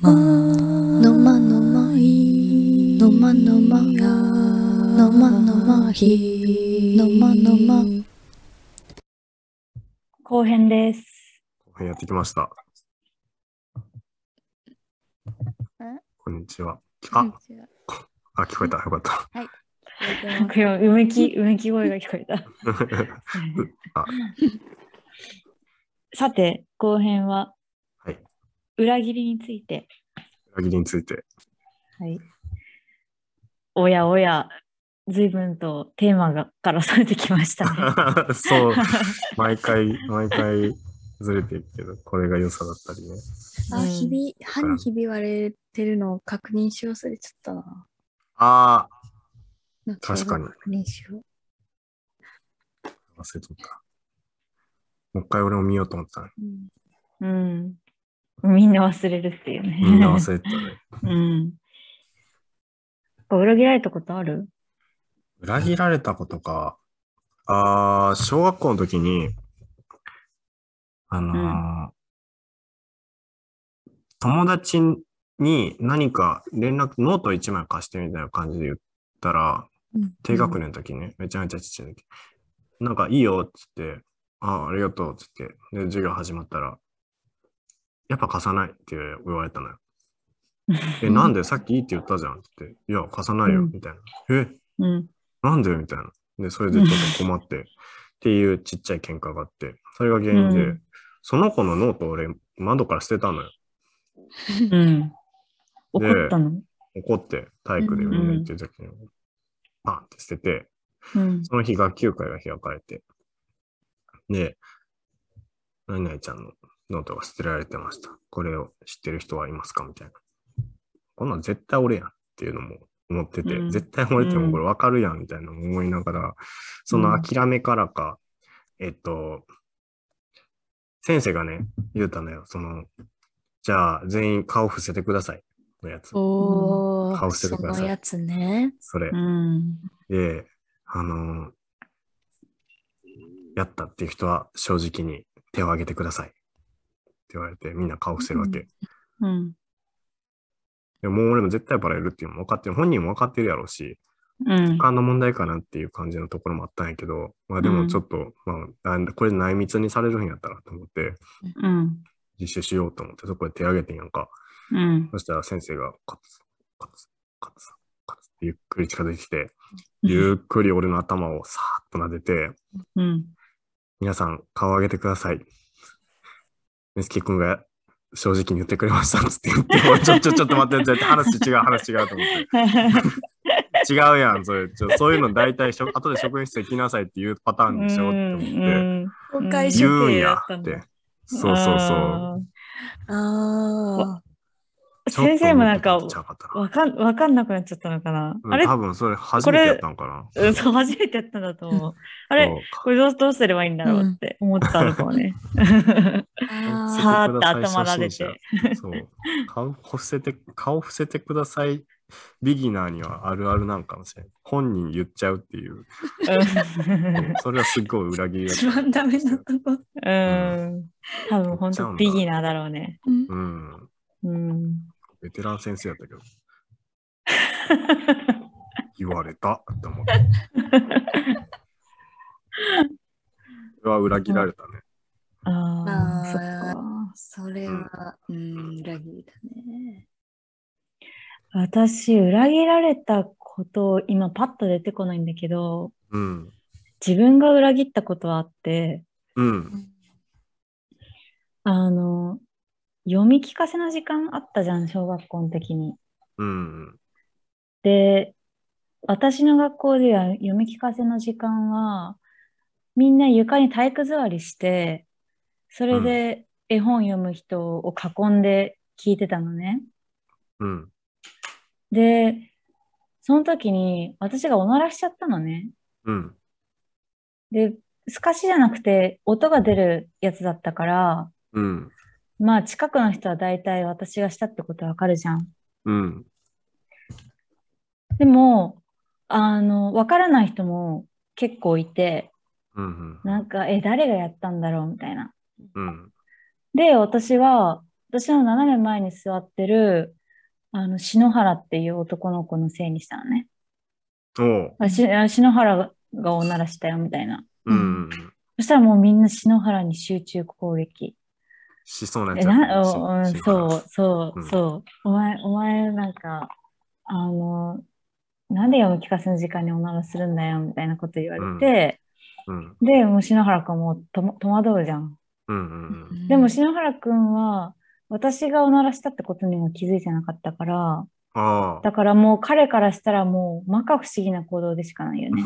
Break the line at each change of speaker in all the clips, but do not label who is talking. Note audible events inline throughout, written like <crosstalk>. まのまのまいのまのまのまのまひのまのま
後編です。
はいやってきました。こんにちは。あ、あ、聞こえた。よかった。 <laughs>
なんか今、うめ <laughs> き、うめき声が聞こえた。
あ
さて、後編は、
はい
裏切りについて、
裏切りについて。 <laughs>
はい、おやおや、随分とテーマがからされてきました
<laughs>
ね。
そう、毎回、毎回ずれていくけど、これが良さだったりね。
あ、ひび、歯にひび割れてるのを確認し忘れちゃったな。
あ
なん
確かに
確認しよう。
あ、忘れとった。もう一回俺も見ようと思った <laughs> ね。
うん
うん。みんな忘れるっていうね。
みんな忘れてたね。
<laughs> うん。裏切られたことある
裏切られたことか。ああ、小学校の時に、あのー友達に何か連絡、ノート1枚貸してみたいな感じで言った
う
ら、
ん
低学年の時ね、めちゃめちゃちっちゃい時。なんかいいよっつって、ああ、ありがとうっつって、で、授業始まったら、やっぱ貸さないって言われたのよ。え、なんでさっきいいって言ったじゃんっつって、いや、貸さないよ、
うん
みたいな。え、
うん。
なんでみたいな。で、それでちょっと困 <laughs> って、っていうちっちゃい喧嘩があって、それが原因で、
うん
その子のノートを俺、窓から捨てたのよ。
うん。怒ったの
怒って、体育でみんな行ってる時に、パンって捨てて、
うん。
その日学級会が開かれて、で、何々ちゃんのノートが捨てられてました。これを知ってる人はいますかみたいな。こんなん絶対俺やんっていうのも思ってて、
うん
絶対俺ってもこれわかるやんみたいなのも思いながら、その諦めからか、えっと、先生がね、言うたのよ。その、じゃあ全員顔伏せてください。のやつ。
おー、
顔伏せて
そ
ください
のやつね。
それ
う。ん。
で、あのやったっていう人は正直に手を挙げてくださいって言われて、みんな顔伏せるわけ。
うん。
でももう俺も絶対バレるっていうのも分かってる、本人も分かってるやろうし、
うん
時。間の問題かなっていう感じのところもあったんやけど、まあでもちょっと、まああ、これ内密にされるんやったらと思って、
うん。
実習しようと思って、そこで手挙げてんやんか。
うん。
そしたら先生が、カツ、カツ、カツ、カツってゆっくり近づいてきて、ゆっくり俺の頭をさーっと撫でて、
うん。
皆さん、顔を上げてください。メスキ君が正直に言ってくれましたっつって言って、おいちょ、ちょ、ちょっと待って、ちょっと話違う、話違うと思っ
う
て。違うやん、それ。ちょそういうの大体、職後で職員室へ来なさいっていうパターンでしょって思って。
ん
公
う
開
ん
処
言うん
刑
や
だった
っ
ん
て
だ。。
そうそうそう。
あ
うん先生もなんか
ちょっと思ってた
わかん
んちゃうかっ
わかんなくなっちゃったのかな。
たな
あれ
うん多分それ初めてやったんかな。
うんそう初めてやったんだと
<laughs>
思う。あれ
そう
これどうどうすればいいんだろうって思ったのかも
<laughs>
ね。
ーあー。
さーっと頭撫でて。
せてください初心者そう。顔伏せて、顔伏せてください。ビギナーにはあるあるなんかもしれない。本人言っちゃうっていう。それはすごい裏切りだった
一番ダメなとこ。
<laughs> うん。うん多分本当ビギナーだろうね。
うん
う
う
ん。
ん。
ベテラン先生やったけど、言われたと思って。それは裏切られたね。
あ
まあ
あ、そっか。
それは、うん、裏切りだね。
私、裏切られたこと、今パッと出てこないんだけど、
うん。
自分が裏切ったことはあって、
うん。
あの、読み聞かせの時間あったじゃん、小学校の時に。
うん。
で、私の学校では読み聞かせの時間は、みんな床に体育座りして、それで絵本読む人を囲んで聞いてたのね。
うん。
で、その時に私がおならしちゃったのね。
うん。
で、すかしじゃなくて音が出るやつだったから、
うん。
まあ近くの人は大体私がしたってことわかるじゃん。
うん。
でも、あの、わからない人も結構いて、
うん。
なんか、え、誰がやったんだろうみたいな。
うん。
で、私は、私の斜め前に座ってる、あの、篠原っていう男の子のせいにしたのね。
おう。
あしあ篠原がおならしたよ、みたいな。
うん。
そしたらもうみんな篠原に集中攻撃。
しそうな
え
やつや
な
し
おうん、
し
そうそううんそう、お前お前なんかあのなんで読み聞かせの時間におならするんだよみたいなこと言われて、
うん。
でもう篠原君もとも戸惑うじゃん
うんうん
でも篠原君は私がおならしたってことにも気づいてなかったから
うん。ああ。
だからもう彼からしたらもう摩訶不思議な行動でしかない
<laughs>
よね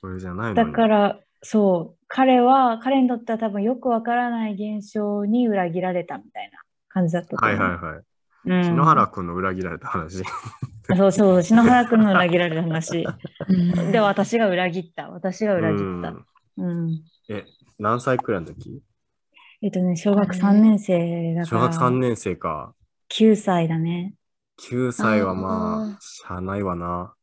それじゃないの
だ
に。。
かららそう彼は彼にとっては多分よくわからない現象に裏切られたみたいな感じだったと
は
思
いうはいはい。
うん
篠原君の裏切られた話。
そうそう、篠原君の裏切られる話。
うん
で、私が裏切った。私が裏切
う
っ
ん
た。うん。
え、何歳くらいの時
えっとね、小学3年生だか
小
ら、
学3年生か。
9歳だね。
9歳はま
あー
あ、しゃあないわな。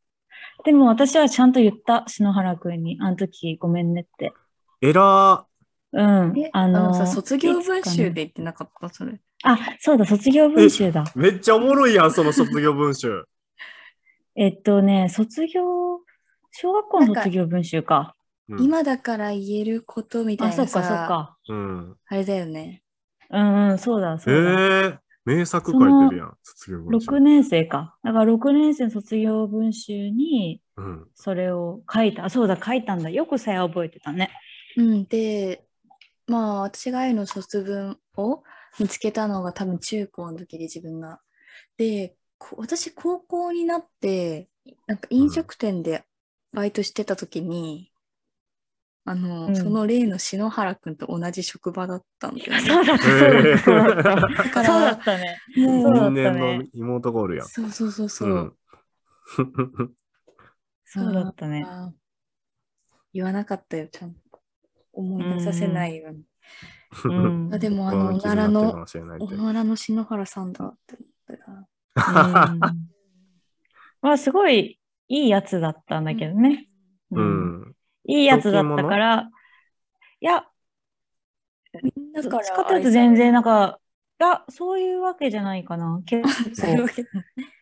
でも私はちゃんと言った、篠原君に。あの時ごめんねって。
えら
うん
え。
あ
あ
の
のさ、卒業文集で
いつかね
言ってなかった、それ。
あ、そうだ、卒業文集だ。
ーめっちゃおもろ
<laughs>
いやん、その卒業文集。
えっとね、卒業、小学校の卒業文集か。
うん、
今だから言えることみた
あ、
い
そ
な
っかそっ
さ、
か。
うん。
あれだよね。
うんうん、そうだ、
ええ
そうだ。
ー、名作書いてるやん、卒業文集。
6年生か。だから6年生の卒業文集に、
うん。
それを書いた。あそうだ、書いたんだ。よくさえ覚えてたね。
うん、で、まあ、私が愛の卒文を見つけたのが多分中高の時で自分が。で、こ私、高校になって、なんか飲食店でバイトしてた時に、あの、
うん
その例の篠原くんと同じ職場だったんだよね。
そうだった、
え
そうだった、そうだった。
ー、
だ
そ
か
うだ
ら
っ、たね。
も
そう
う
だった
因
ね
縁の妹がおるやん。
そうそうそうそう。
うん。
そうだった
<laughs>
ね。
あー言わなかったよ、ちゃんと。思い出させないように。
う
<laughs>
ん。
あでも、あの、お
絆
なら
ってるか
の、
もしれないっ
お
て
ならの篠原さんだって思ったな。
うんまあ、すごいいいやつだったんだけどね。
う
うん
ん。
いいやつだったから、いや、
だ
ど
か
っ
ら、
ちかというと全然なんか、いや、そういうわけじゃないかな。結
そういう
構
わけ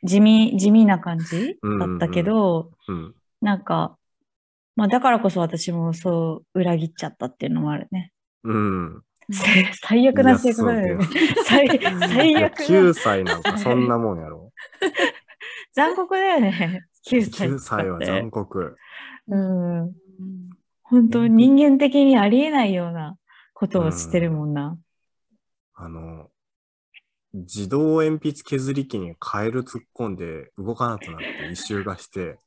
地味、地味な感じだったけど、
うん。
なんか、まあ、だからこそ私もそう裏切っちゃったっていうのもあるね。 <laughs>
うん。
最最悪な性格だよね。最最悪な
9歳なんかそんなもんや
<laughs>
ろ。
残酷だよね。9歳
9歳は残酷。
うん。
うん
本当人間的にありえないようなことをしてるもんな。
あの、自動鉛筆削り機にカエル突っ込んで動かなくなって一周がして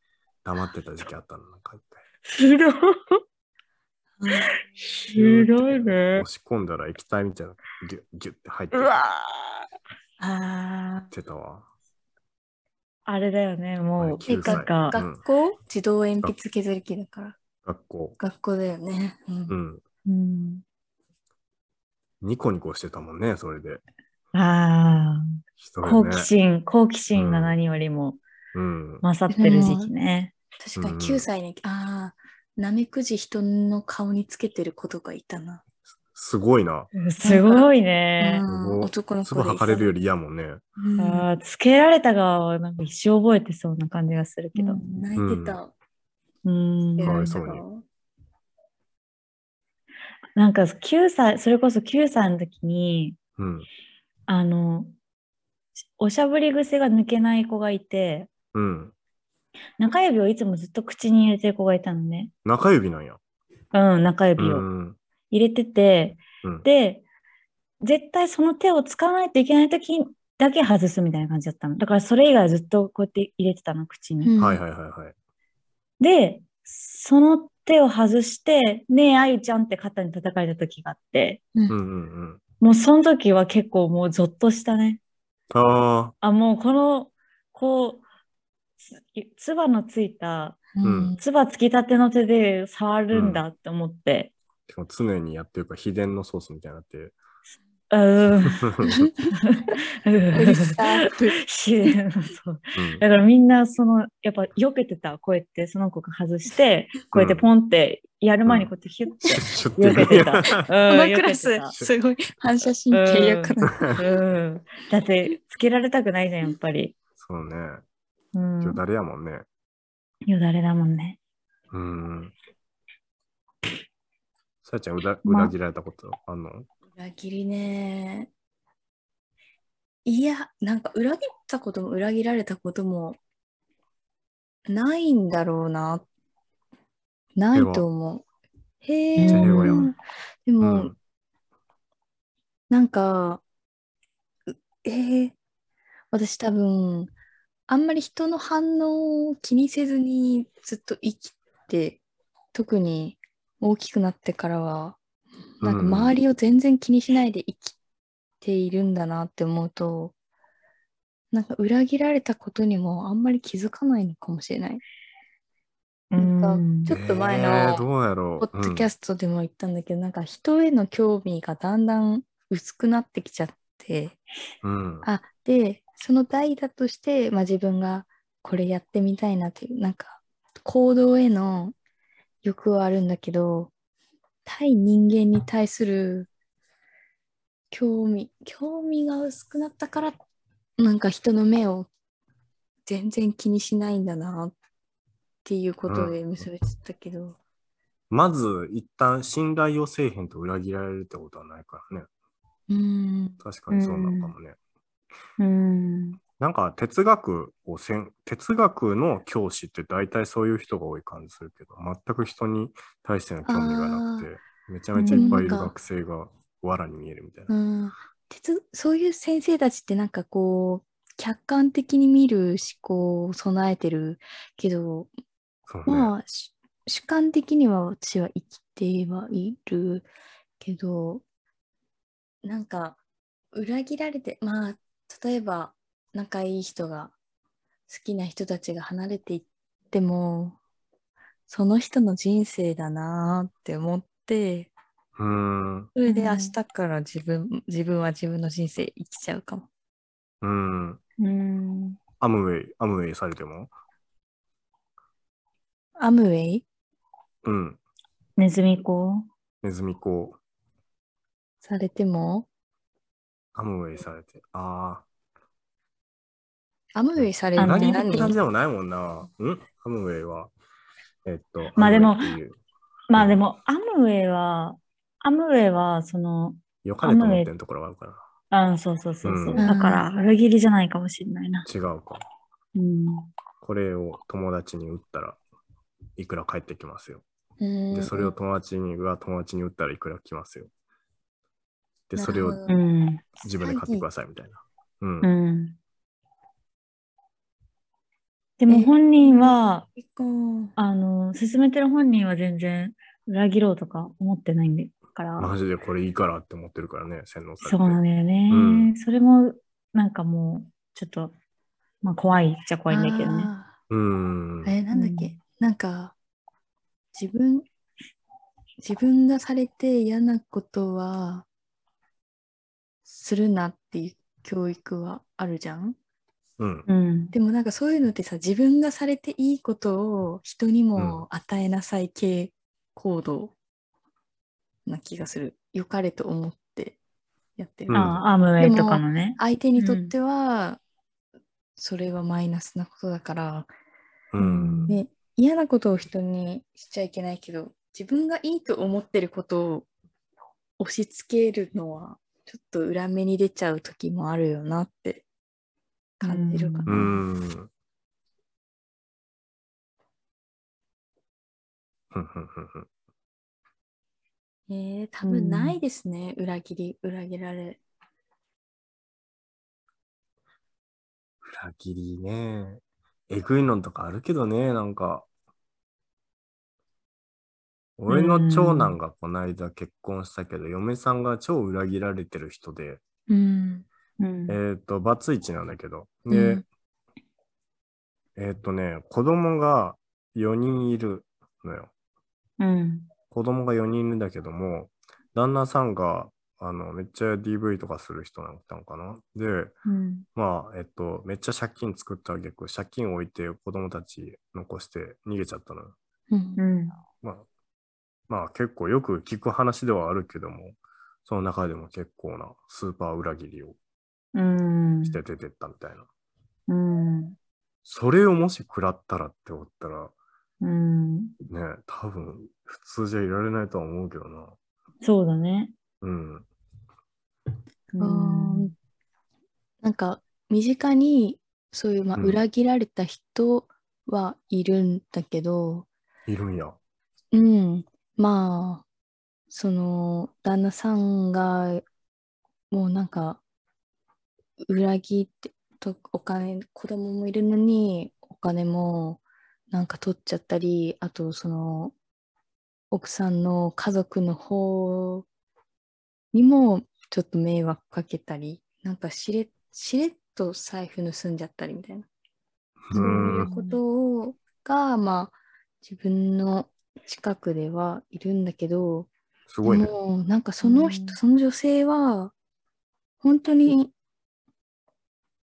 黙ってた時期あったの。なんか一
ひどい。ひどい
回
ね
押。し込んだら液体みたいなのギュッギュッて入って
う
き
わ
あ
てたわ。
ーあれだよね、もう。
て
9
か
歳
なんか
あ、学校自動鉛筆削り器だから。
学校。
学校だよね。うん
うん。
うん、
ニコニコしてたもんね、それで。
あ
ひ
あ、
どい
好
ね
奇心、好奇心が何よりも
うん。
勝ってる時期ね。
確か
う
に
ん
9歳に、ああ、なめくじ人の顔につけてる子とかいたな。
すごいな。
すごいね
う。
す
ん
ごい
男の子
す
で
ぐ
いた
測れるより嫌もんね。
うん
あーつけられた側はなんか一生覚えてそうな感じがするけ
う
ど。
ん泣いてた。
うーん
かわいそうに
なんか9歳、それこそ9歳の時に、
うん。
あの、おしゃぶり癖が抜けない子がいて、
うん。
中指をいつもずっと口に入れてる子がいたのね。
中指なんや。
うん、中
う
指を
ん。
入れてて、
うん
で、絶対その手を使わないといけない時だけ外すみたいな感じだったの。だからそれ以外はずっとこうやって入れてたの、口に。
うん
はいはいはいはい。
で、その手を外して、ねえ、あゆちゃんって肩に叩かれた時があって、
うんうんうん。
もうその時は結構もうゾッとしたね。
ああ、
あ、もうこの、こう、つつばのついた、
うん
つばつきたての手で触るんだって思って、
しかも常にやってるから秘伝のソースみたいになって。
あうん。
うる <laughs>
<laughs>
さく。
しそうだからみんなそのやっぱ避けてたこうやってその子が外してこうやってポンってやる前にこうやってヒュッて
ちょっと
避けてた。うん、
この
避
クラ
け
ス
てた、
すごい反射神経良くな
うん、だってつけられたくないじゃんやっぱり。
そうね。
うん、
今日誰やもんね。
よだれだもんね。
うん。さやちゃん裏、
ま
裏切られたことあんの、
裏切りね。いや、なんか裏切ったことも裏切られたこともないんだろうな。ないと思う。へえ。
めっちゃ平和や
ん
でも、
うん
なんか、うえー、私多分、あんまり人の反応を気にせずにずっと生きて、特に大きくなってからは、なんか
うん
周りを全然気にしないで生きているんだなって思うと、なんか裏切られたことにもあんまり気づかないのかもしれない。
うん
ちょっと前の
えーどうやろ
ポ
う。
ッドキャストでも言ったんだけど、なんか人への興味がだんだん薄くなってきちゃって、
うん。
あでその代打として、まあ、自分がこれやってみたいなっていうなんか行動への欲はあるんだけど対人間に対する興味興味が薄くなったからなんか人の目を全然気にしないんだなっていうことで結びつったけど、
まず、一旦信頼をせえへんと裏切られるってことはないからね。
うん、
確かにそうなのかもね。
うん
なんか哲学をせん、哲学の教師って大体そういう人が多い感じするけど、全く人に対しての興味がなくて、めちゃめちゃいっぱ
う
いいる
んなんか
学生が藁に見えるみたいな。
うん、哲そういう先生たちってなんかこう客観的に見る思考を備えてるけど、
そうね。
まあし主観的には私は生きてはいるけどなんか裏切られてまあ例えば仲いい人が好きな人たちが離れていってもその人の人生だなーって思って
うーん。う
それで
うん
明日から自分、自分は自分の人生生きちゃうかも。
ーん。
うん
アムウェイ、アムウェイされても
アムウェイ
うん。
ネズミ子
ネズミ子、
されても、
アムウェイされて。あ
アムウェイされ
あ。
る
あ
っ
の
裏
て
切りって感じ
何
でもないもんな。うんアムウェイは。えっと、
まあでも
アムウェイっていう
まあでもアムウェイはアムウェイはその
よかれと思ってるところがあるから。
あそうそうそうそう、
うん
だから裏切りじゃないかもしれないな、
違うか。
うん、
これを友達に売ったらいくら返ってきますよ。
う
で、
ん
それを友達にが友達に売ったらいくら来ますよ。で、それ
なるほ
を
ど
うん
自分で買ってくださいみたいな。うん。
うんでも本人は
最近
あの勧めてる本人は全然裏切ろうとか思ってないんだから
マジでこれいいからって思ってるからね、洗脳されて。
そうなんだよね、
うん
それもなんかもうちょっと、まあ、怖いっちゃ怖いんだけどね
あ
うーん。
ーえ、なんだっけ、
うん
なんか、自分、自分がされて嫌なことは、するなっていう教育はあるじゃん
うん。
うん
でもなんかそういうのってさ自分がされていいことを人にも与えなさい系行動な気がする。良かれと思ってやってる。
うん
ああアムウェイとかのね。
相手にとってはそれはマイナスなことだから、
うん。
ね、嫌なことを人にしちゃいけないけど自分がいいと思ってることを押し付けるのはちょっと裏目に出ちゃう時もあるよなって感じるか
う
な。
ーん。ふんふんふんふん
えー、多
う
分
ん
ないですね、裏切り、裏切られ。
裏切りね。えぐいのとかあるけどね、なんか。俺の長男がこないだ結婚したけど、嫁さんが超裏切られてる人で、
うん。
うん
えっ、と、バツイチなんだけど。で、
うん
えっ、とね、子供が4人いるのよ。
うん
子供が4人いるんだけども、旦那さんがあの、めっちゃ DV とかする人だったのかな。で、
うん。
まあ、えっと、めっちゃ借金作った逆、借金置いて子供たち残して逃げちゃったのよ。
うん
うん。
まあ、まあ結構よく聞く話ではあるけども、その中でも結構なスーパー裏切りを
うん。
して出てったみたいな。
うん。
それをもし食らったらって思ったら、
うん。
ね、多分普通じゃいられないとは思うけどな。
そうだね。
うん。
う
あ
ん
ーなんか身近にそういう、まあ、
うん
裏切られた人はいるんだけど、
いるんや。
うん、まあその旦那さんがもうなんか裏切ってとお金子供もいるのにお金もなんか取っちゃったりあとその奥さんの家族の方にもちょっと迷惑かけたりなんかしれしれっと財布盗んじゃったりみたいな
う
そうい
ん。
うことをが、まあ、自分の近くではいるんだけど、
すごいね。
もうなんかその人、
うん
その女性は、本当に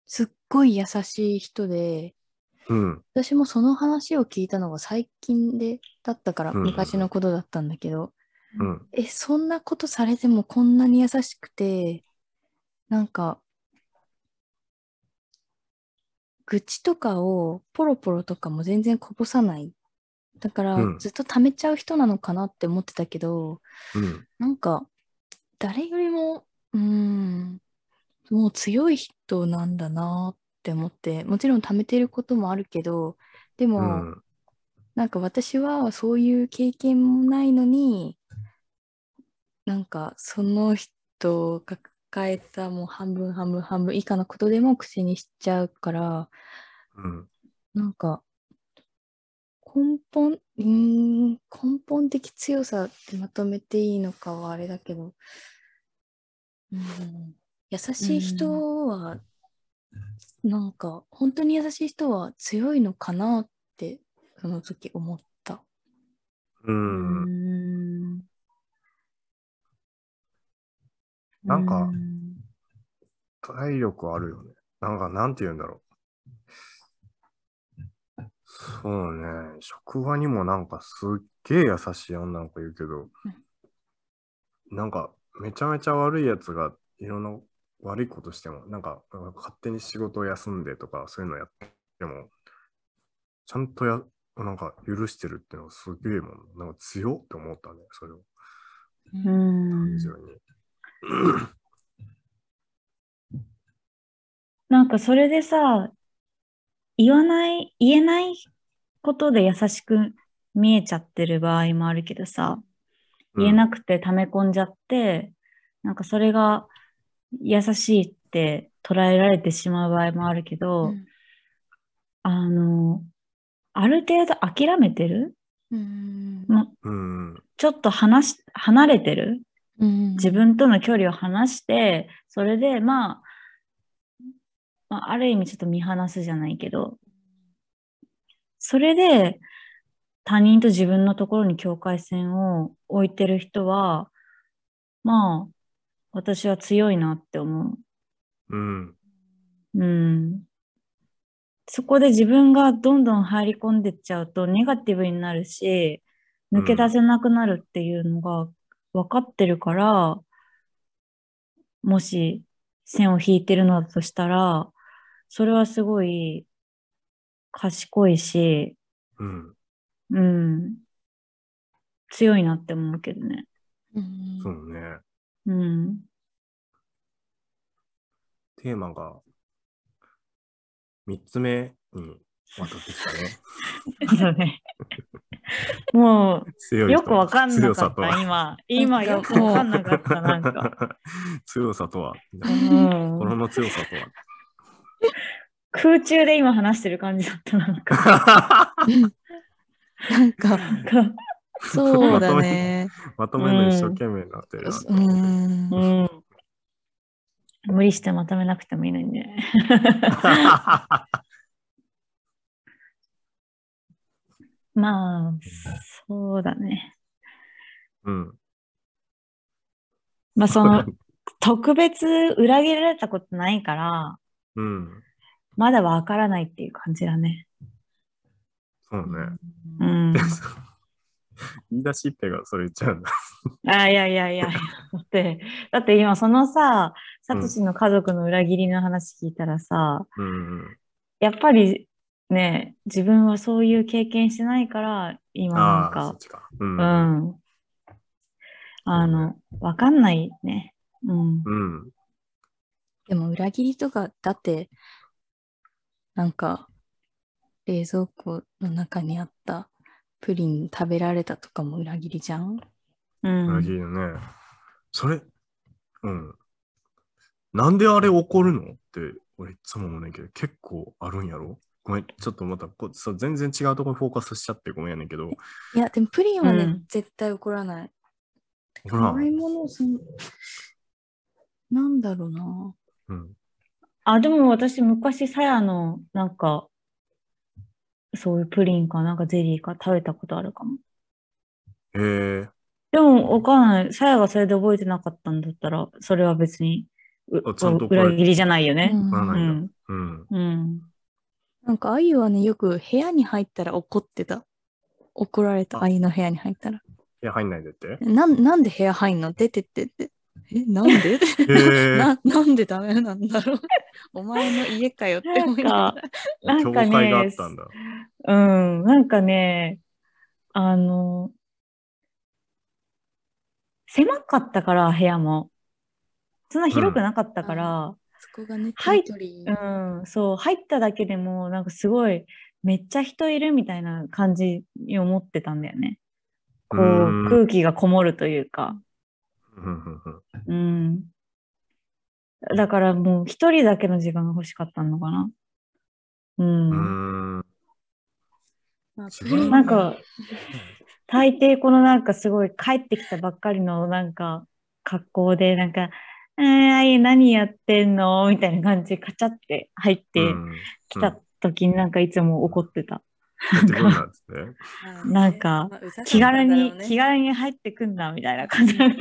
すっごい優しい人で、
うん。
私もその話を聞いたのが最近でだったから、
うんうんうん
昔のことだったんだけど、
うん。
え、そんなことされてもこんなに優しくて、なんか、愚痴とかをポロポロとかも全然こぼさない。だから、
うん
ずっと溜めちゃう人なのかなって思ってたけど、
うん。
なんか、誰よりも、うーん、もう強い人なんだなって思って、もちろん溜めてることもあるけど、で
う
も、
ん。
なんか私はそういう経験もないのになんかその人が抱えたもう半分半分半分以下のことでも口にしちゃうから
うん。
なんか根本うーん根本的強さってまとめていいのかはあれだけどうん優しい人はなんか本当に優しい人は強いのかなってその時思った。
うん。なんか
う
体力あるよね。なんか、なんて言うんだろう。そうね。職場にもなんかすっげえ優しい女の子いるけど、なんかめちゃめちゃ悪いやつがいろんな悪いことしても、なんかなんか勝手に仕事を休んでとかそういうのやっても、ちゃんとや、なんか許してるっていうのがすげえもん。なんか強って思ったね、それを。
うん
単純に。
なんかそれでさ、言わない、言えないことで優しく見えちゃってる場合もあるけどさ、
うん
言えなくて溜め込んじゃって、なんかそれが優しいって捉えられてしまう場合もあるけど、あの、ある程度諦めてる
うん
もう
うん。
ちょっと話し、離れてる
うん
自分との距離を離して、それで、まあ、まあ、ある意味ちょっと見放すじゃないけど、それで他人と自分のところに境界線を置いてる人は、まあ、私は強いなって思
うん。
う。うん。そこで自分がどんどん入り込んでっちゃうとネガティブになるし、抜け出せなくなるっていうのが分かってるから、もし線を引いてるのだとしたら、それはすごい賢いし、
うん。
うん、強いなって思うけどね。
うん
そうね。
うん、
テーマが3つ目に渡ってきたね。
<laughs> そうだね。 <laughs> も
強
う、
い人
よくわかんな
強
か
さ
っ
とは
た、 <laughs> 今。今、よくわかんなかった、なんか。
<laughs> 強さとは、
うん
心の強さ
空中で今話してる感じだった、なん
と
か。
は。
なんかそうだね。
<laughs> まとめるの一生懸命になってるなって
う
思って。
ん
<laughs> うん、無理してまとめなくてもいいのにね。まあ、そうだね。
<laughs> うん。
まあその、特別裏切られたことないから、
うん。
まだわからないっていう感じだね。
そうね。
う。
<laughs>
ん。
言い出しっぺがそれ言っちゃうんだ。
あいやいやいや、だって、だって今そのさ、サトシの家族の裏切りの話聞いたらさ、
うんうん。
やっぱりね、自分はそういう経験してないから、今なん
ああ、そ
か
っ、ちか。うん
う。ん。あの、わかんないね。うん。
うん。
でも裏切りとか、だって、なんか、冷蔵庫の中にあったプリン食べられたとかも裏切りじゃん
うん。
裏切りのね。それ、うん。なんであれ怒るのって俺いつも思うねんけど、結構あるんやろごめん、ちょっとまたこそう全然違うところにフォーカスしちゃってごめんやねんけど、
いや、でもプリンはね、
うん
絶対怒らない。
ほら
甘いもの、その、なんだろうな。
うん。
あ、でも私昔、さやの、なんか、そういうプリンかなんかゼリーか食べたことあるかも。
へえ
でも、わかんない。さやがそれで覚えてなかったんだったら、それは別に、う
あちゃんとこれ
裏切りじゃないよね。
うん
怒ら
う
ないんだ。
ん。
うん。
うん。
なんか、あゆはね、よく部屋に入ったら怒ってた。怒られた、
あ
あゆの部屋に入ったら。
いや、入んない
<laughs>
でって。
なんなんで部屋入んの出てってって。え、なんで
へえ。
な <laughs> なんでダメなんだろう。 <laughs> お前の家かよって思いながら。
なん
教
か
会があ
ね
っ、たんだ。
うん、なんかね、あの、狭かったから、部屋も。そんな広くなかったから、
そこがね、
は
タ
い
イトリ
う
ー。
ん、そう、入っただけでも、なんかすごい、めっちゃ人いるみたいな感じに思ってたんだよね。こう、
うん
空気がこもるというか。
うんうんう
う
ん
ん。だからもう、一人だけの時間が欲しかったのかな。うん。
うーん。
まあ
すごい
なんか、大抵このなんかすごい帰ってきたばっかりのなんか格好でなんか「えー、あい何やってんの?」みたいな感じでカチャって入って
うん
きた時になんかいつも怒ってた。
やってくるなっつって。
まあ
なんか
まあうざ
気
った
軽
んだろ
に、
うね
気軽に入ってくんなみたいな感じ。
うん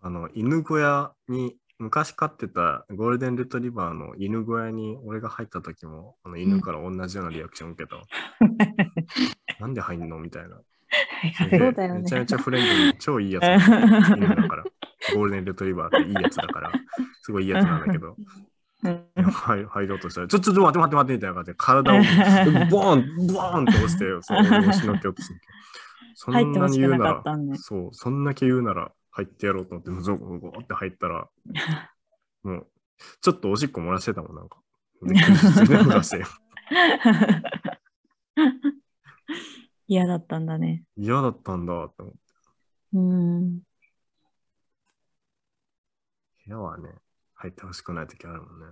あの犬小屋に昔飼ってたゴールデンレトリバーの犬小屋に俺が入った時もあの犬から同じようなリアクションを受けたわ、なんで入んのみたいな
そうだよね
めちゃめちゃフレンドリー超いいやつなんだ犬だからゴールデンレトリバーっていいやつだからすごいいいやつなんだけど入入ろうとしたらちょちょちょ待って待って待ってみたいな感じで体
<laughs>
をボーンボーンって押してその押しのけようとするそんな
入ってほ
に
し
言
く
う
な
な
かっ
ら
たんで。
そう、そんだけ言うなら入ってやろうと思って、うぞうごって入ったら、もう、ちょっとおしっこ漏らしてたもん、なんか。びっくりして漏らして。
<laughs> 嫌だったんだね。
嫌だったんだって思って。
うん。
部屋はね、入ってほしくない時あるもんね。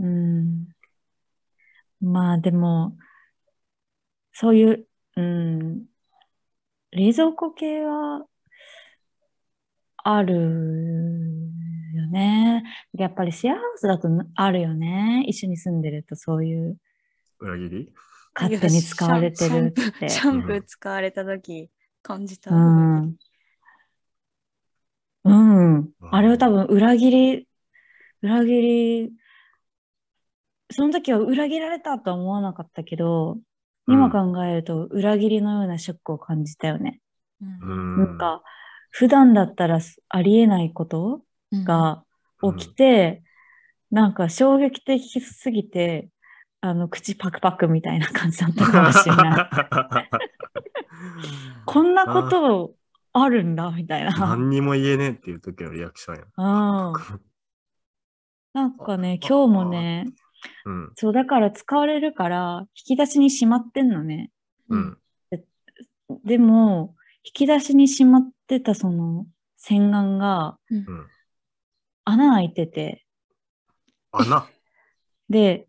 うんまあでも、そういう、うん、冷蔵庫系はあるよね。やっぱりシェアハウスだとあるよね。一緒に住んでるとそういう
裏切り
勝手に使われてるって。
シャンプー <laughs> 使われた時感じた。
うん。うん。あれは多分裏切り、裏切り、その時は裏切られたとは思わなかったけど、今考えると裏切りのようなショックを感じたよね。
うん。
なんか、普段だったらありえないこと
うん、
が起きて、なんか衝撃的すぎて、あの、口パクパクみたいな感じだったかもしれ
<laughs>
ない。こんなことあるんだ、みたいな。
何にも言えねえっていう時のリアクションや。
うん。なんかね、今日もね、
うん。
そう、だから使われるから、引き出しにしまってんのね。
うん。
でも、引き出しにしまってたその洗顔が
うん。
穴開いてて、
穴。
で、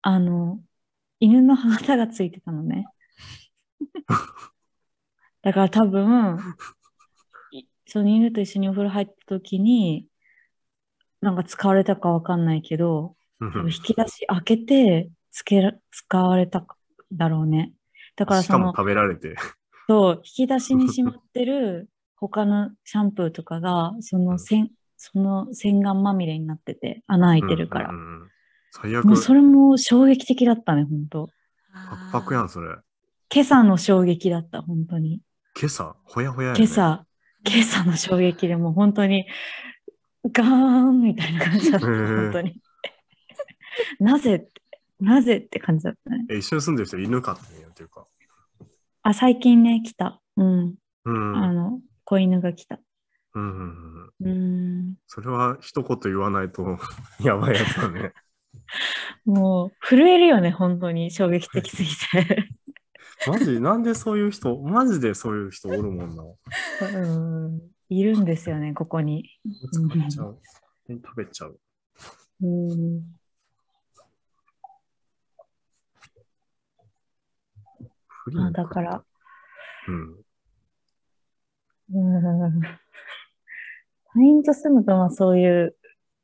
あの、犬の歯型がついてたのね。だから多分、いその犬と一緒にお風呂入った時に、なんか使われたかわかんないけど、
うん
多分引き出し開けてつけら使われたんだろうね。だから
し
そ
かも
の、
食べられて。
そう、引き出し
<laughs>
にしまってる他のシャンプーとかが、そのせん、その洗顔まみれになってて、穴開いてるから。
うんうんうん最悪
もう、それも衝撃的だったね、本当
圧迫やん、それ。
今朝の衝撃だった、本当に。
今朝、ほやほやや、ね。
今。朝、今朝の衝撃でもう本当に、ガーンみたいな感じだった、
へー
本当に。 <laughs> なぜって、なぜって感じだったね。
え、一緒に住んでる人いなかったんや、っていうか。
あ、最近ね、来た。うん。
うん。う
あ
ん
の、子犬が来た。
うんうんうん。
うん。
それは一言言わないと、 <laughs> やばいやつだね。
もう震えるよね、本当に衝撃的すぎて。
マジ、なんでそういう人、マジでそういう人おるもんな。
うんいるんですよね、ここに。
疲れちゃう。食べちゃう。
うん
フリー
まあ、
の
だから、
うん。
うん他人と住むと、まあそういう、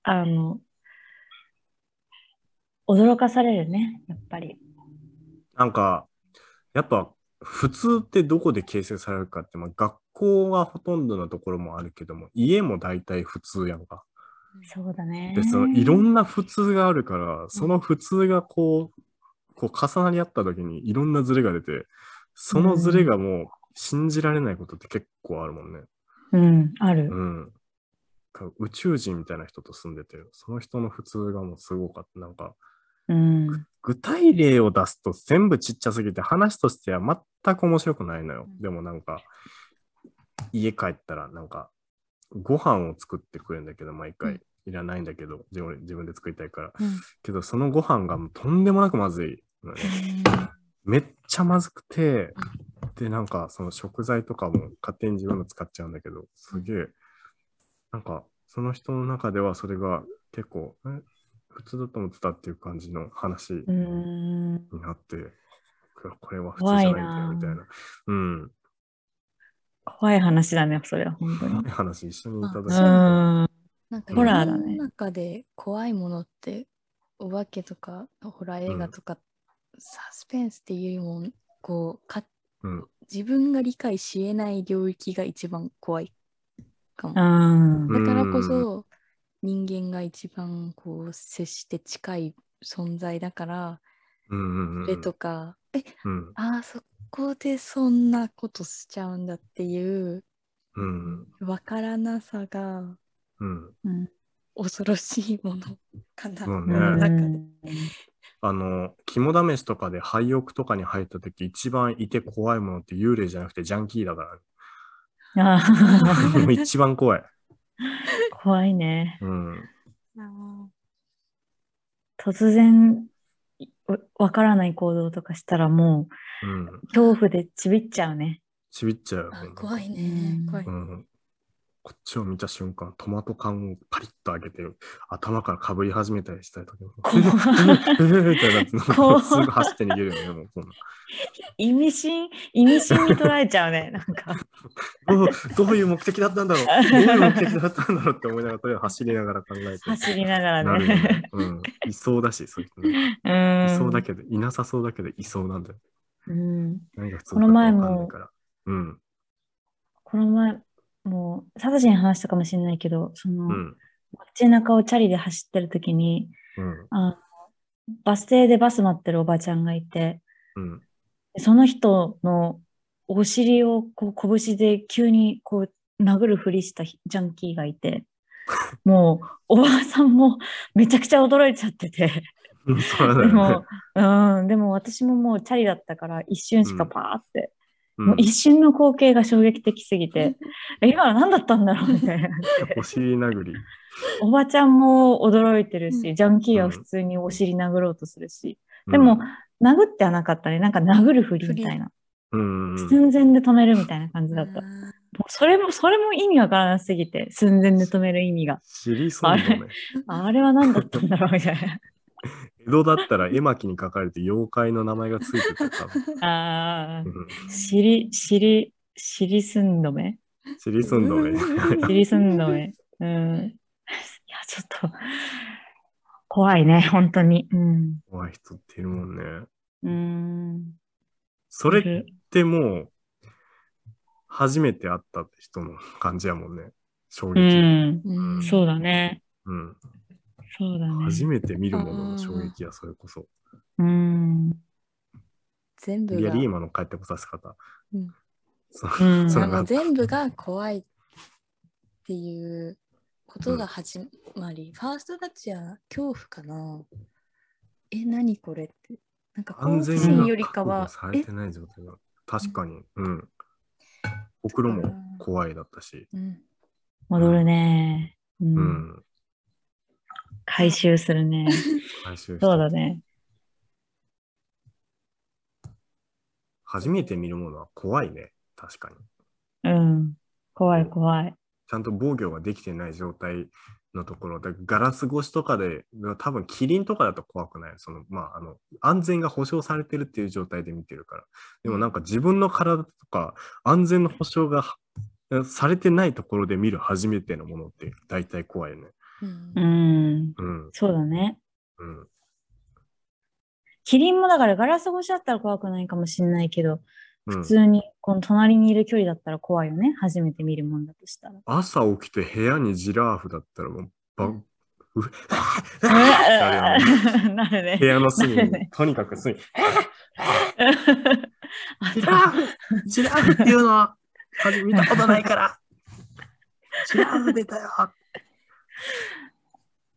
あの、驚かされるね、やっぱり。
なんか、やっぱ、普通ってどこで形成されるかって、まあ、学校はほとんどのところもあるけども、家も大体普通やんか。
そうだね。
で、そのいろんな普通があるから、その普通がこう、こう重なり合った時にいろんなズレが出て、そのズレがもう信じられないことって結構あるもんね。
うん、ある。
うん。か宇宙人みたいな人と住んでて、その人の普通がもうすごかった。なんか、
うん。
具体例を出すと全部ちっちゃすぎて話としては全く面白くないのよ。でもなんか家帰ったらなんかご飯を作ってくれるんだけど毎
う
回いらないんだけど自分自分で作りたいから
うん
けどそのご飯がもうとんでもなくまずいのね。めっちゃまずくてでなんかその食材とかも勝手に自分の使っちゃうんだけどすげえなんかその人の中ではそれが結構え普通だと思ってたっていう感じの話。
うん
になって、これこれは普通じゃないんだ
怖い
よ
なぁ
みたいな。うん。
怖い話だね、それは、本当に。
怖い話一緒にいただきた
うん。
なんか
ホ
ラーだね
世の中で怖いものってお化けとかホラー映画とか、サスペンスっていうよりもこうか
いうん。
自分が理解しえない領域が一番怖いかも。
うん
う
だからこそ人間が一番こう接して近い存在だから、
うんうんうん。
それとか、え
うん。
ああそこでそんなことしちゃうんだっていう
うん。
わからなさが
うん。
うん
恐ろしいものかな。
そう
う
ね
の中で。
ん
あの、肝試しとかで廃屋とかに入った時一番いて怖いものって幽霊じゃなくてジャンキーだか
あー <laughs>
ら。もう一番怖い。
怖いね。
うん。
突然いわわからない行動とかしたらも
うん。
う恐怖でちびっちゃうね。
ちびっちゃうよ
あ
ね。
怖い
ね
ね。怖い。
うん。こっちを見た瞬間、トマト缶をパリッと開けて、頭からかぶり始めたりしたりとか。
怖い
みたいなやつ
怖
の。
い
すぐ走って逃げるよね、もうこんな。
<laughs> 意味深、意味深に捉えちゃう
<laughs>
ね。なんか。
どう <laughs> どういう目的だった
<laughs>
んだろうどういう目的だったんだろうって思いながら、とりあえず走りながら考えて。
走りなが
な
ら
るよ
ね。
ねうん、いそうだし、そういう人ね、
<laughs> うん
いそうだけど、いなさそうだけど、いそうなんだよ。
うん
何が普通
こ
か
の
わか
前
ん
も
ないから。うん。
この前、もう、サトシに話したかもしれないけど、その、
うん。
街中をチャリで走ってる時に、
うん。
あのバス停でバス待ってるおばちゃんがいて、
うん。
でその人のお尻をこう拳で急にこう殴るふりしたジャンキーがい
<laughs>
て、もうおばあさんもめちゃくちゃ驚いちゃってて、
うん <laughs> そうだ
で
よね
も。、うん、でも私ももうチャリだったから一瞬しかパーって、
う
もうん一瞬の光景が衝撃的すぎ
<laughs>
て、え今の何だったんだろうみたいな。
お尻殴り。
おばちゃんも驚いてるし、
うん
ジャンキーは普通にお尻殴ろうとするし、
うん
でも、殴ってはなかったね、なんか殴るふりみたいな。
うん。うん
寸前で止めるみたいな感じだった。も
あ
うそれも、それも意味わからなすぎて、寸前で止める意味が。
知りそうだね。
あれは何だったんだろうみたい
江戸だったら絵巻に書かれて妖怪の名前がついてたか <laughs>
な。ああ
ら。う、
知り、知り、知りすんどめ
ん知りすんのね。
知りすんどめ。うん。いや、ちょっと、怖いね、本当に。うん。
怖い人っているもんね。
うん。
それってもう、初めて会った人の感じやもんね。衝
う
撃。
ん。
うん
そうだね。
うん。
そうだ
初
ね。
めて見るものの衝撃や、それこそ。
うん。
全部
リア
が
リーマの帰ってこさせ方。
うん
そううんそ
な
れ
ん
が
か全部が怖いっていうことが始まり、ファーストタッチは恐怖かなえ何これってなんか好
安
奇
全
心
に
よりかは
され
え
てない状態が。確かに。うん。お風呂も怖いだったし。
うん
戻るね。う。
うんん。
回収するね。
回収した
そうだね。
初めて見るものは怖いね。確かに。
うん。怖い怖い。
ちゃんと防御ができてない状態のところ、だガラス越しとかで、多分キリンとかだと怖くない。その、まあ、あの、安全が保障されてるっていう状態で見てるから。でもなんか自分の体とか、安全の保障がえされてないところで見る初めてのものって大体怖いよね。
うん
うん。
うん、
そうだね。
うん、
キリンもだからガラス越しだったら怖くないかもしれないけど、
う
普
ん。
通にこの隣にいる距離だったら怖いよね。初めて見るもんだとしたら。
朝起きて部屋にジラーフだったらもう、ば、うなるよ
<laughs>
ね
なる <laughs>
<laughs> 部
ね。
屋の隅に、とにかく隅に、
<laughs> あ
ジラーフジラーフっていうのは、初見たことないから。ジラーフ出たよ。
と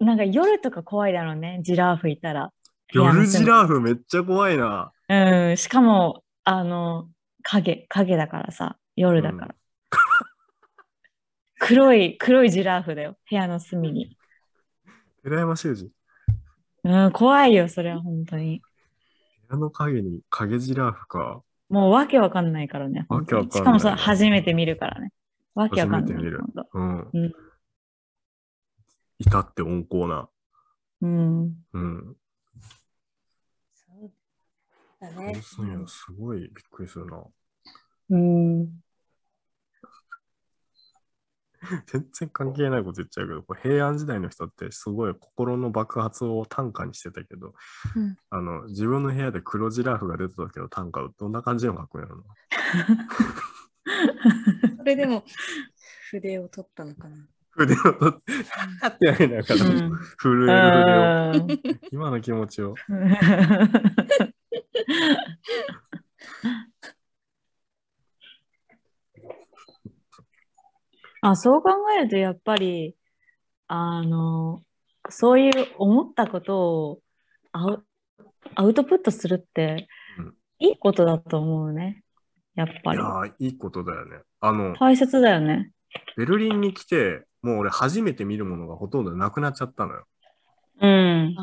なんか夜とか怖いだろうね。ジラーフいたら。
夜ジラーフめっちゃ怖いな。
うん。しかも、あの、影、影だからさ。夜だから。黒い、黒いジラーフだよ。部屋の隅に。
寺山修司、部
うん、怖いよ、それは本当に。
屋の影に影ジラーフか。
もうわけわかんないからね。
わけわかんない
しかもさ、初めて見るからね。わけわかんない。
初めて見る
ほんと
うん。
うん
いたって温厚な。
うん。
うん。
そうだ
温
ね
泉宿すごいびっくりするな。
うん。
全然関係ないこと言っちゃうけど、こう平安時代の人ってすごい心の爆発を短歌にしてたけど、
うん
あの自分の部屋で黒ジラーフが出た時の短歌をどんな感じの書くんやろな。
それでも筆を取ったのかな
<laughs> 筆を取って、あってやりながら、
うんう
震える筆を。
ん。
今の気持ちを。
<laughs> あそう考えるとやっぱりあのそういう思ったことをアウアウトプットするって
うん
いいことだと思うねやっぱ
い
り
やーいいことだよね。あの、
大切だよね
ベルリンに来て、もう俺初めて見るものがほとんどなくなっちゃったのよ。
うん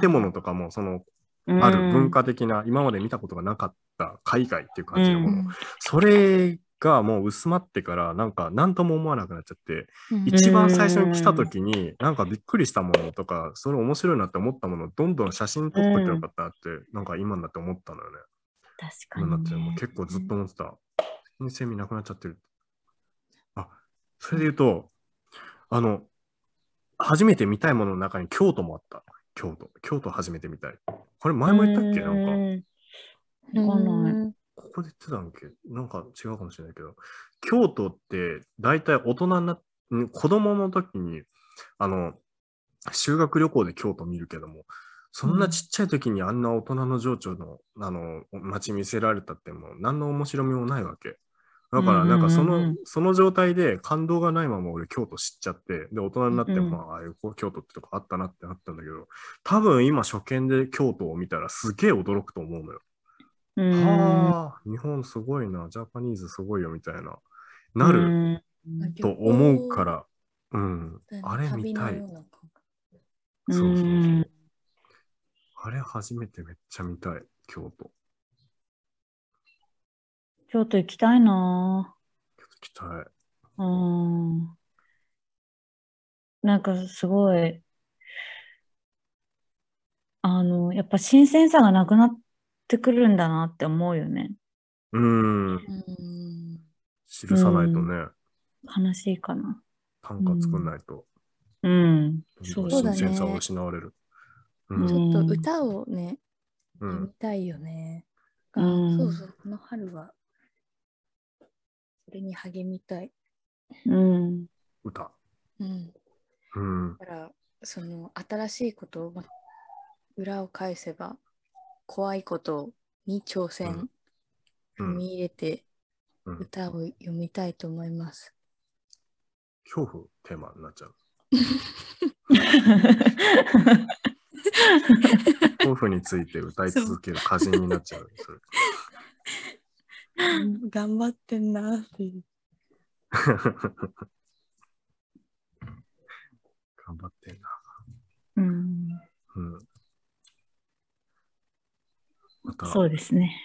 建物とかも、その、ある文化的な、今まで見たことがなかった海外っていう感じのもの。
うん
それがもう薄まってから、なんか何とも思わなくなっちゃって、
うん
一番最初に来た時に、なんかびっくりしたものとか、それ面白いなって思ったもの、どんどん写真撮っときゃよかったなって、なんか今になって思ったのよね。
確
今
か
なっ
に
ても
ね
う結構ずっと思ってた。新鮮味なくなっちゃってる。あ、それで言うと、あの、初めて見たいものの中に京都もあった。京都。京都初めて見たい。これ前も言ったっけなんか、
うんわかんない
うん
ここで言ってたんけなんか違うかもしれないけど、京都って大体大人になっん子供の時に、あの、修学旅行で京都見るけども、そんなちっちゃい時にあんな大人の情緒の、あの、街見せられたってもう何の面白みもないわけ。だからなんかその、
うんうんうんうん
その状態で感動がないまま俺京都知っちゃって、で大人になって、
うん
まあああいうこう京都ってとこあったなってなったんだけど、多分今初見で京都を見たらすげえ驚くと思うのよ。
うん
はあ、日本すごいな、ジャパニーズすごいよみたいな、な
う
る
ん
と思うから、うん、あれ見たい
旅の。ような感覚
そうそうそう
うん
あれ初めてめっちゃ見たい、京都。
京都行きたいな
京都行きたい。
ぁうん。なんかすごい、あの、やっぱ新鮮さがなくなってくるんだなって思うよね。
うん、
うん
記さないとね、
悲しいかな。
短歌作んないと、
うん。
ど
そ
ん
う
ど
そ
ん
うだ
新
ね
鮮さを失われる。う
ち
ん、
ょっと歌をね、
う
読み
ん、
たいよね。
うん
あそうそう、この春はそれに励みたい。
うん。
歌。
うん、
うん。
だからその新しいことをま裏を返せば怖いことに挑戦、
う
踏み
ん、
入れて
うん
歌を読みたいと思います。
恐怖テーマになっちゃう。恐怖について歌い続ける歌人になっちゃう。それ <laughs>
頑張ってんなって
<laughs>
いう。
頑張ってんな。
<laughs> うん、
うん。また
そうですね。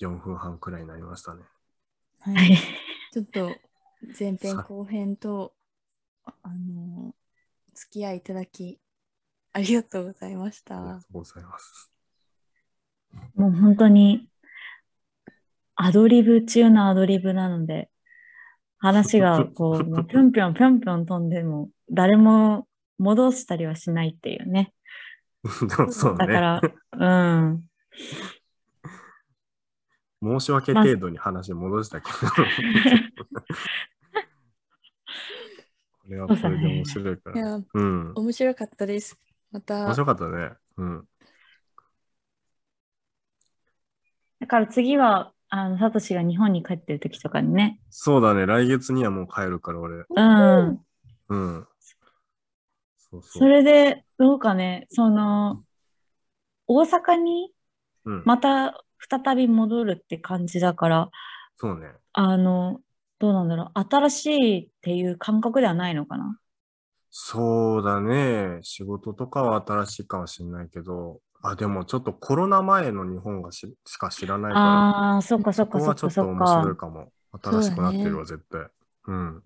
4分半くらいになりましたね。
はい
はい。
ちょっと前編後編と、ああの、お付き合いいただき、ありがとうございまし
ありが
た
と。うございます。 <laughs>
もう本当に、アドリブ中のアドリブなので、話がこ
<laughs>
う、もうぴょんぴょんぴょんぴょん飛んでも、誰も戻したりはしないっていうね。
でもそう
だか
ね。
ら、うん。
申し訳程度に話戻したけど。 <laughs> これはこれで面白いか
い
ら。
や、
うん。
面白かったです。また、
面白かったね。うん。
だから次は、あの、サトシが日本に帰ってる時とかにね。
そうだね。来月にはもう帰るから、俺。
うん。
うん。そうそう。
それで、どうかね、その、大阪に
うん、
また再び戻るって感じだから、
そうね。
あの、どうなんだろう、新しいっていう感覚ではないのかな。
そうだね。仕事とかは新しいかもしれないけど、あ、でもちょっとコロナ前の日本がししか知らないか、
ああー、そっからそっか
こ
そ
は
っ
ち
か
ょっと
そっ
面白い
か。
かも。新しくなってるわ、
そ
絶対。うん。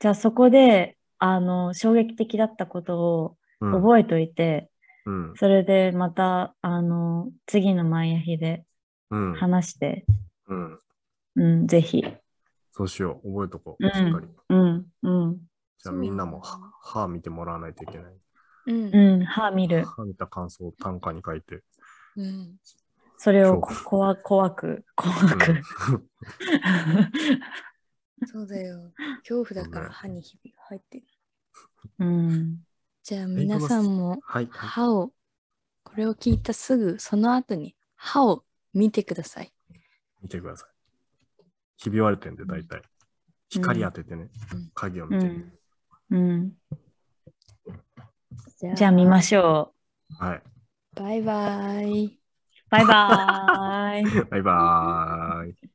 じゃあそこで、あの、衝撃的だったこと
う
を
ん、
覚えといて、
うん。
それでまた、あの、次の前夜日で
うん。
話して、
うん。
うん、ぜひ。
そうしよう。覚えとこう。
う
し
ん
っかり。
うん、うん、
じ
そ
ゃあ
う
みんなも
なんだ
は歯見てもらわないといけない。
うん
うん、歯見る。
歯見た感想を短歌に書いて。
うん
それを
そう
こ怖怖く、怖
う
く
ん。
そうだよ。恐怖だから
そうね
歯にひびが入ってる。
うん、
じゃあ皆さんも
はい。はい
歯を、これを聞いたすぐその後に歯を見てください。
見てください。ひび割れてんで、大体。光当ててね
うん。
影を
う
見てね。
ん、 <laughs> うん。
じゃ
じゃあ見ましょ
はい。
バイバイ。
う。バイバーイ。
<laughs> バイバーイ。